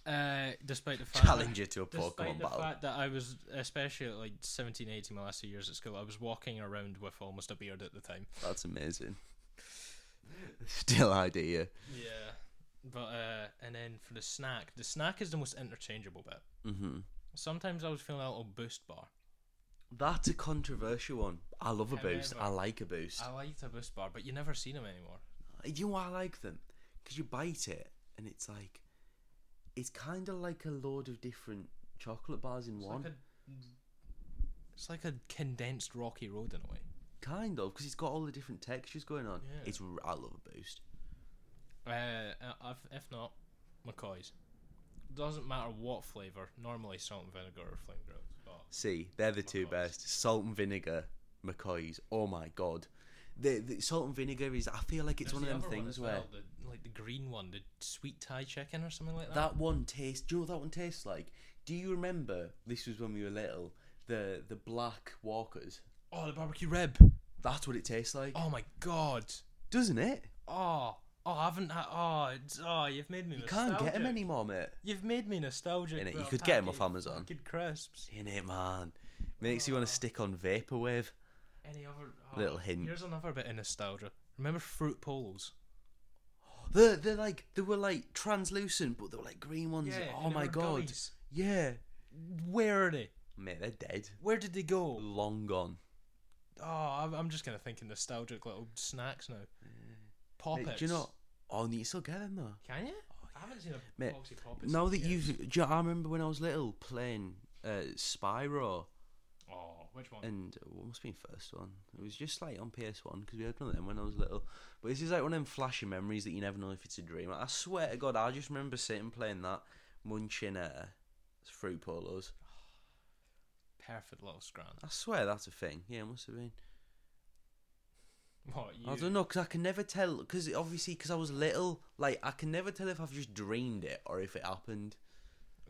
Uh, despite the fact
Challenger to a
that, despite
Pokemon
the
battle.
fact that I was, especially at like 17, 18, my last two years at school, I was walking around with almost a beard at the time.
That's amazing. Still idea.
Yeah. But uh, and then for the snack, the snack is the most interchangeable bit.
Mm-hmm.
Sometimes I was feeling a little boost bar.
That's a controversial one. I love a boost. I
However,
like a boost.
I liked a boost bar, but you never see them anymore.
Do you know why I like them? Because you bite it and it's like, it's kind of like a load of different chocolate bars in one.
Like a, it's like a condensed rocky road in a way.
Kind of, because it's got all the different textures going on.
Yeah.
It's r- I love a boost.
Uh, uh, if, if not, McCoy's. Doesn't matter what flavour, normally salt and vinegar or flame grilled. But
See, they're the two
McCoy's.
best. Salt and vinegar, McCoy's. Oh my god. The, the salt and vinegar is. I feel like it's
There's
one of
the
them
other one
things
as
where
well, the, like the green one, the sweet Thai chicken or something like that.
That one tastes. Do you know what that one tastes like? Do you remember? This was when we were little. The the black Walkers.
Oh, the barbecue rib.
That's what it tastes like,
Oh my god.
doesn't it?
Oh, oh, I haven't. Had, oh, it's, oh, you've made me.
You can't get them
nostalgic.
anymore, mate.
You've made me nostalgic.
Innit,
for
you
a
could get 'em
packet
off
of
Amazon.
Fucking crisps.
In it, man. Makes
Oh.
you want to stick on vaporwave.
Any other oh,
Little hint.
Here's another bit of nostalgia. Remember fruit polos?
They're, they're like they were like translucent, but they were like green ones.
Yeah,
oh
and they
my
were
god.
gullies.
Yeah,
Where are they?
mate, they're dead.
Where did they go?
Long gone.
Oh, I'm, I'm just gonna think of nostalgic little snacks now.
Mate,
Poppets.
do you not? Oh, no, you still get them though.
Can you? I haven't seen a
Mate,
boxy poppets.
Now
in
that
years.
you've, do you know, I remember when I was little playing uh, Spyro.
Oh, which one?
and uh, what must be the first one? It was just like on PS One because we had one of them when I was little. But this is like one of them flashing memories that you never know if it's a dream. I swear to God, I just remember sitting playing that, munching uh, fruit polos.
Perfect little scran.
I swear that's a thing. Yeah, it must have been.
What you?
I don't know because I can never tell because obviously because I was little, like I can never tell if I've just dreamed it or if it happened.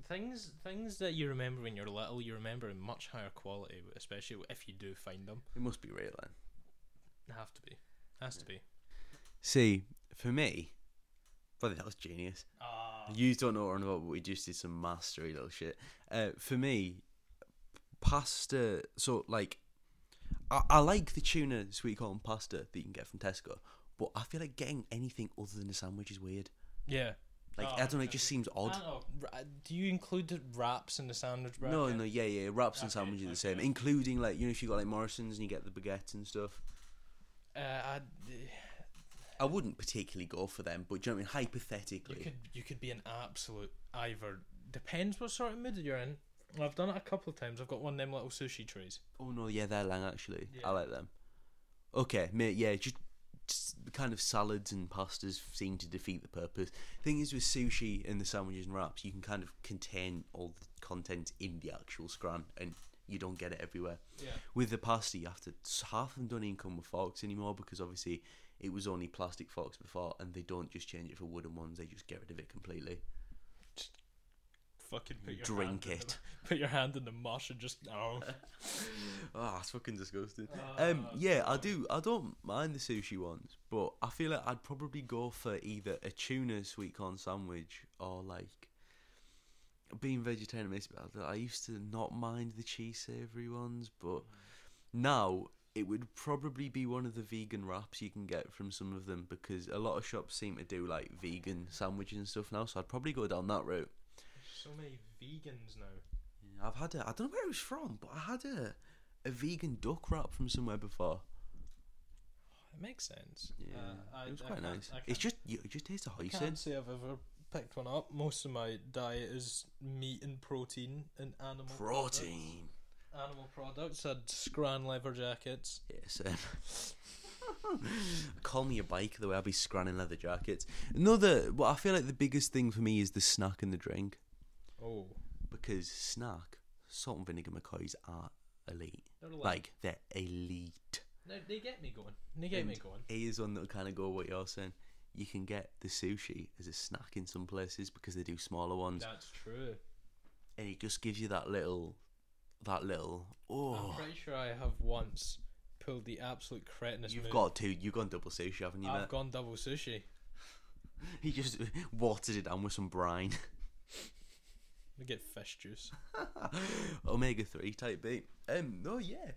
Things things that you remember when you're little, you remember in much higher quality, especially if you do find them.
It must be real then.
They have to be. Has to be.
See, for me, brother, that was genius.
Ah,
You don't know what I'm about, but we just did some mastery little shit. Uh, for me, pasta. So like, I, I like the tuna sweet corn pasta that you can get from Tesco, but I feel like getting anything other than a sandwich is weird.
yeah.
Like
Oh,
I don't know, it just seems
I
odd.
don't know. ra- Do you include the wraps in the sandwich bracket?
No, no, yeah, yeah. Wraps and
Okay,
sandwiches are the same,
okay.
including like you know if you got like Morrison's and you get the baguettes and stuff.
Uh, I,
I wouldn't particularly go for them, but do you know what I mean?
you
Hypothetically,
could you could be an absolute either. Depends what sort of mood you're in. I've done it a couple of times. I've got one of them little sushi trays.
oh no, yeah, they're lang actually.
Yeah.
I like them. Okay, mate, yeah, just, just kind of salads and pastas seem to defeat the purpose. Thing is, with sushi and the sandwiches and wraps, you can kind of contain all the content in the actual scran, and you don't get it everywhere.
Yeah.
with the pasta, you have to half of them don't even come with forks anymore because obviously it was only plastic forks before, and they don't just change it for wooden ones; they just get rid of it completely.
Fucking put your
Drink
hand in
it.
the- put your hand in the mush and just oh.
Oh, that's fucking disgusting.
Oh,
um, yeah, I do. I don't mind the sushi ones, but I feel like I'd probably go for either a tuna sweet corn sandwich or like being vegetarian. makes me- I used to not mind the cheese savory ones, but now it would probably be one of the vegan wraps you can get from some of them because a lot of shops seem to do like vegan sandwiches and stuff now. So I'd probably go down that route.
So many vegans now.
Yeah, I've had a. I don't know where it was from, but I had a a vegan duck wrap from somewhere before.
It makes sense.
Yeah,
Uh, I-
it was
I
quite
can't-
nice.
I
It's
can't-
just you, it just tastes of
I can't
hoisin.
say I've ever picked one up. Most of my diet is meat and protein and animal products.
Protein.
Animal products. Had scran leather jackets.
Yes. Um, call me a bike the way I'll be scranning leather jackets. Another, well, I feel like the biggest thing for me is the snack and the drink
Oh,
because snack salt and vinegar McCoys are elite.
they're
Like they're elite.
they, they get me going. They get me going.
Here's one that'll kind of go what you're saying. You can get the sushi as a snack in some places because they do smaller ones,
That's true.
and it just gives you that little, that little.
I'm
Oh,
pretty sure I have once pulled the absolute cretinous.
You've
move.
got two. You've gone double sushi, haven't you,
I've
mate?
gone double sushi.
He just watered it down with some brine,
We get fish juice.
omega three type B. Um, no, yeah.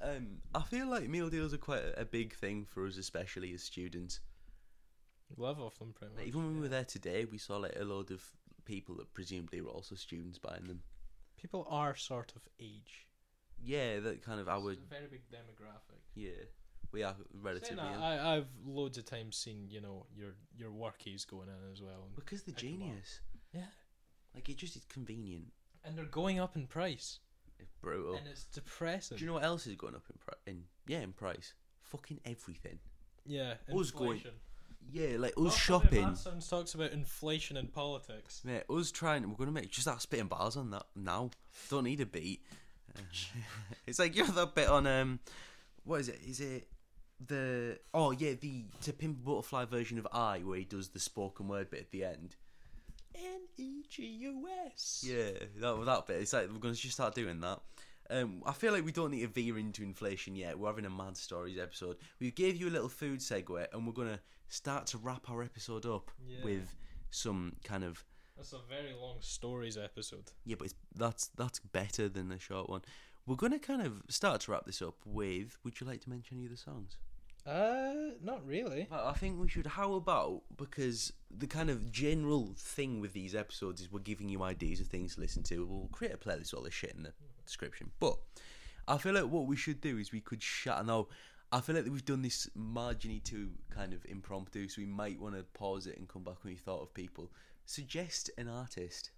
Um, I feel like meal deals are quite a, a big thing for us, especially as students.
Love off them pretty much.
Like, even when we were there today, we saw like a load of people that presumably were also students buying them.
People are sort of age.
Yeah, that kind of our
It's a very big demographic.
yeah. We are relatively
Saying
young.
that, I, I've loads of times seen you know your your workies going in as well. and-
because the
pick 'em up.
genius,
yeah,
like it just is convenient.
and they're going up in price,
It's brutal.
and it's depressing.
Oh. Do you know what else is going up in price? In yeah, in price. Fucking everything.
yeah,
Who's going-
inflation. Oh,
Yeah, like
Well,
us
something
shopping.
Matt Sons talks about inflation and politics.
Mate, us trying, we're going to make just that spitting bars on that now. Don't need a beat. Uh, it's like you have that bit on, um, what is it? Is it the, oh yeah, the To Pimp a Butterfly version of I, where he does the spoken word bit at the end.
N E G U S.
Yeah, that, that bit. It's like we're going to just start doing that. Um, I feel like we don't need to veer into inflation yet. We're having a mad stories episode. We gave you a little food segue, and we're going to start to wrap our episode up
Yeah.
with some kind of
That's a very long stories episode.
Yeah, but it's, that's that's better than the short one. We're gonna kind of start to wrap this up with. Would you like to mention any of the songs?
Uh, not really.
Well, I think we should. How about because the kind of general thing with these episodes is we're giving you ideas of things to listen to. We'll create a playlist, all this shit in the description. But I feel like what we should do is we could shut. Now, I feel like we've done this marginally too kind of impromptu, so we might want to pause it and come back when we thought of people. Suggest an artist.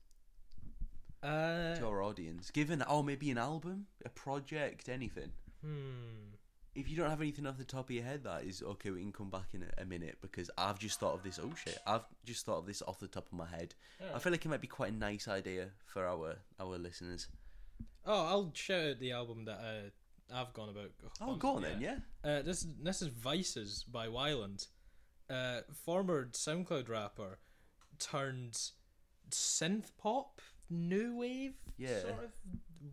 Uh,
to our audience? Given, oh, maybe an album, a project, anything.
hmm.
If you don't have anything off the top of your head, that is okay. We can come back in a, a minute because I've just thought of this. Oh shit! I've just thought of this off the top of my head. I
Alright.
feel like it might be quite a nice idea for our our listeners.
Oh, I'll shout out the album that uh, I've gone about.
Oh, go on then. Yeah.
Uh, this this is Vices by Wyland, uh, former SoundCloud rapper, turned synth pop, new wave,
Yeah.
sort of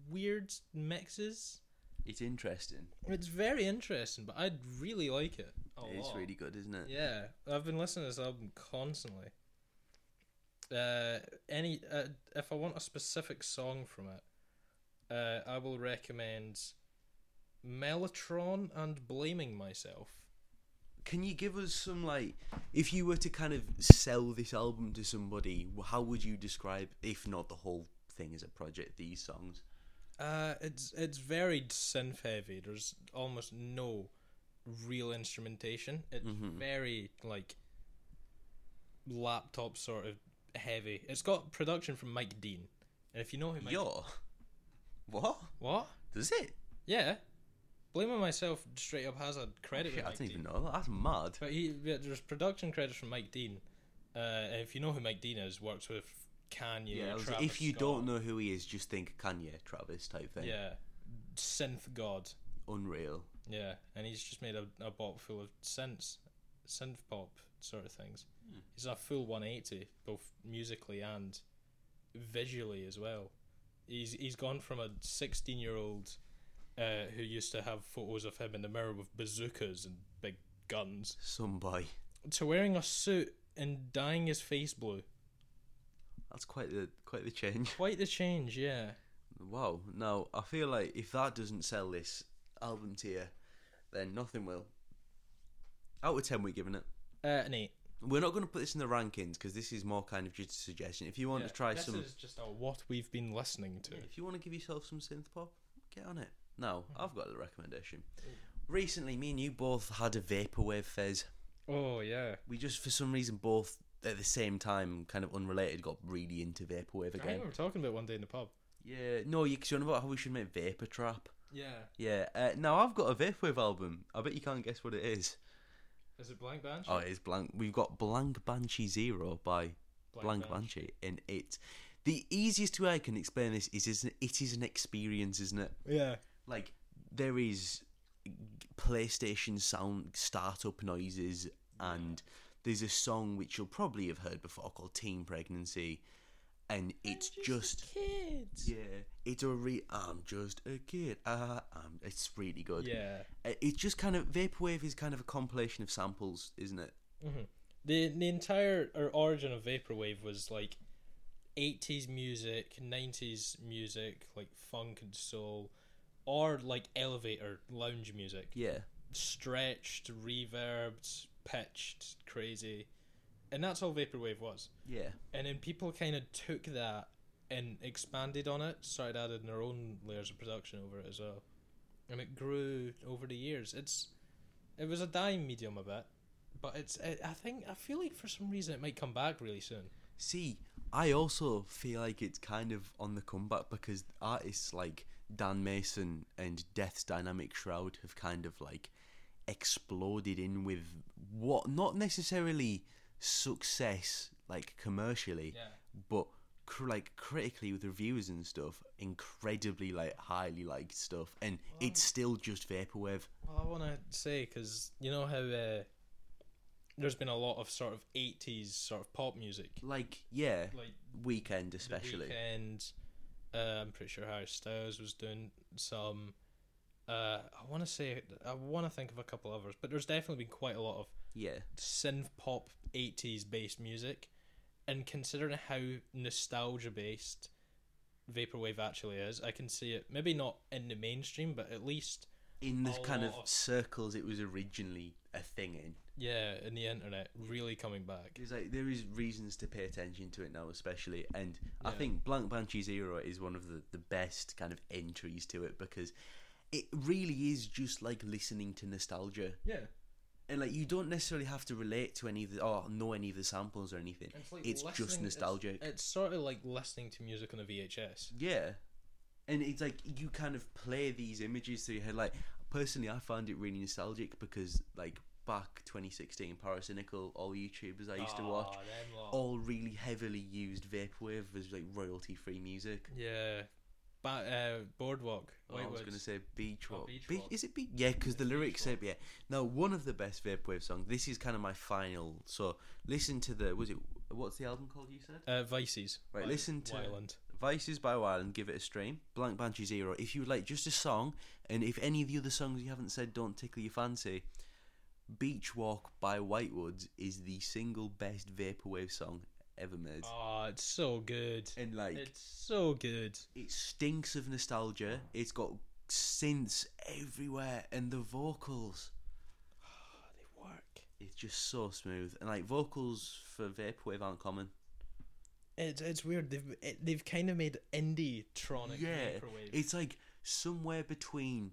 weird mixes.
It's interesting.
It's very interesting, but I'd really like it. A
It's
lot.
really good, isn't it?
Yeah, I've been listening to this album constantly. Uh, any uh, if I want a specific song from it, uh, I will recommend Mellotron and Blaming Myself.
Can you give us some like, if you were to kind of sell this album to somebody, how would you describe, if not the whole thing as a project, these songs?
Uh, it's it's very synth heavy. There's almost no real instrumentation. It's
Mm-hmm.
very like laptop sort of heavy. It's got production from Mike Dean. And if you know who Mike
Yo, what
What?
does it?
Yeah. Blaming myself straight up has a credit
Shit,
with
I
Mike
didn't
Dean.
even know. That's mad.
But he yeah, there's production credits from Mike Dean. Uh, and if you know who Mike Dean is, works with Kanye.
Yeah, I was-
Travis
if you
Scott.
don't know who he is, just think Kanye, Travis type thing.
Yeah. Synth God.
Unreal.
Yeah. And he's just made a, a bot full of synths, synth pop sort of things.
Hmm.
He's a full 180, both musically and visually as well. He's he's gone from a 16 year old uh, who used to have photos of him in the mirror with bazookas and big guns
Somebody.
to wearing a suit and dyeing his face blue.
That's quite the quite the change.
Quite the change, yeah.
Wow. Now I feel like if that doesn't sell this album to you, then nothing will. Out of ten, we're giving it.
Uh, an eight.
We're not going to put this in the rankings because this is more kind of just a suggestion. If you want to try
this
some,
is just a what we've been listening to.
if you want to give yourself some synth pop, get on it. Now
Mm.
I've got the recommendation. Recently, me and you both had a vaporwave phase.
Oh yeah,
We just, for some reason, both at the same time, kind of unrelated, got really into vaporwave
I
again.
remember talking about it one day in the pub.
Yeah, no, you, 'cause you're on about how we should make vapor trap.
Yeah,
Yeah, uh, now I've got a Vaporwave album. I bet you can't guess what it is.
is it Blank Banshee?
Oh, it is blank. We've got Blank Banshee Zero by Blank, Banshee. and it. The easiest way I can explain this is, is it is an experience, isn't it?
Yeah,
Like there is PlayStation sound startup noises, and there's a song which you'll probably have heard before called "Teen Pregnancy," and it's just
kids.
yeah, it's a re. I'm just a kid. Uh, I'm, it's really good.
Yeah,
Uh, It's just kind of vaporwave is kind of a compilation of samples, isn't it?
the the entire or origin of vaporwave was like. 80s music, 90s music, like funk and soul, or like elevator lounge music.
Yeah,
stretched, reverbed, pitched, crazy. And that's all Vaporwave was.
yeah,
And then people kind of took that and expanded on it, started adding their own layers of production over it as well. And it grew over the years. It's it was a dying medium a bit, but it's it, I think I feel like for some reason it might come back really soon.
See, I also feel like it's kind of on the comeback because artists like Dan Mason and Death's Dynamic Shroud have kind of like exploded in with what not necessarily success like commercially,
Yeah.
but cr- like critically with reviews and stuff, incredibly like highly liked stuff, and it's still just vaporwave.
Well, I want to say because you know how uh, there's been a lot of sort of '80s sort of pop music,
Like yeah,
like
weekend
The
especially.
Weeknd, uh, I'm pretty sure Harry Styles was doing some. Uh, I want to say I want to think of a couple others, but there's definitely been quite a lot of
Yeah,
synth pop '80s based music, and considering how nostalgia based vaporwave actually is, I can see it maybe not in the mainstream, but at least
in the
A
kind
lot
of
of-
circles it was originally a thing in.
yeah, in the internet, really coming back.
It's like there is reasons to pay attention to it now, especially, and I
Yeah.
think Blank Banshee Zero is one of the the best kind of entries to it because it really is just like listening to nostalgia,
Yeah,
and like you don't necessarily have to relate to any of the or know any of the samples or anything. It's, just nostalgic.
It's, sort of like listening to music on a VHS.
Yeah. And it's like you kind of play these images through your head. Like personally I find it really nostalgic because like back twenty sixteen Paracynical, all the YouTubers I used to watch
Ah, them lot.
all really heavily used Vaporwave as like royalty free music.
Yeah. But uh, Boardwalk.
Oh, I was
Whitewoods.
going to say Beach
Oh,
Walk.
Beach
Be-
Walk.
is it Beach? Yeah, because the
Beach
lyrics say, yeah. Now, one of the best Vaporwave songs, this is kind of my final. So, listen to the, was it, what's the album called you said?
Uh, Vices.
Right,
by
listen to
Wyland.
Vices by Wyland, give it a stream. Blank Banshee Zero, if you would like just a song, and if any of the other songs you haven't said don't tickle your fancy, Beach Walk by Whitewoods is the single best vaporwave song ever made.
Oh, it's so good.
And like,
It's so good.
it stinks of nostalgia. It's got synths everywhere, and the vocals.
Oh, they work.
It's just so smooth, and like vocals for vaporwave aren't common.
It's it's weird. They've it, they've kind of made indie tronic
yeah,
vaporwave.
it's like somewhere between.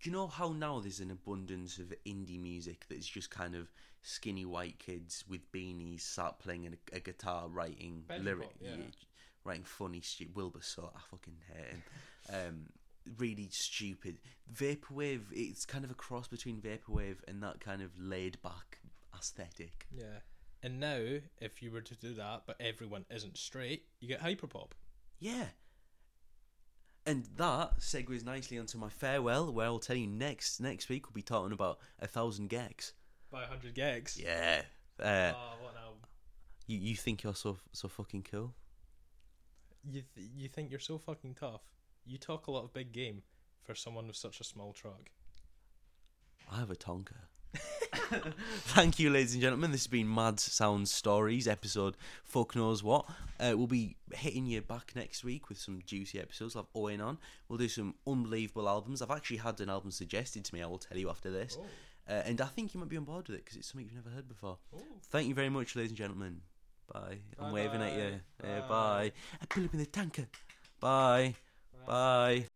Do you know how now there's an abundance of indie music that's just kind of skinny white kids with beanies sat playing a, a guitar, writing
Bedrock,
lyric,
yeah.
writing funny shit. Wilbur Soot, I fucking hate him. Um, really stupid vaporwave. It's kind of a cross between vaporwave and that kind of laid back aesthetic.
yeah. And now, if you were to do that, but everyone isn't straight, you get hyperpop.
Yeah. And that segues nicely onto my farewell, where I'll tell you next next week we'll be talking about a thousand gecks.
By 100 gigs.
Yeah. Uh,
Oh, what an album.
you you think you're so so fucking cool?
You th- you think you're so fucking tough? You talk a lot of big game for someone with such a small truck.
I have a Tonka. Thank you, ladies and gentlemen. This has been Mad Sound Stories, episode fuck knows what. Uh, we'll be hitting you back next week with some juicy episodes. I'll have Owen on. We'll do some unbelievable albums. I've actually had an album suggested to me. I will tell you after this.
Oh,
Uh, and I think you might be on board with it because it's something you've never heard before.
oh.
Thank you very much, ladies and gentlemen. Bye. I'm waving at you.
Bye-bye.
Yeah,
Bye.
bye. I pull up in the tanker. Bye. Bye.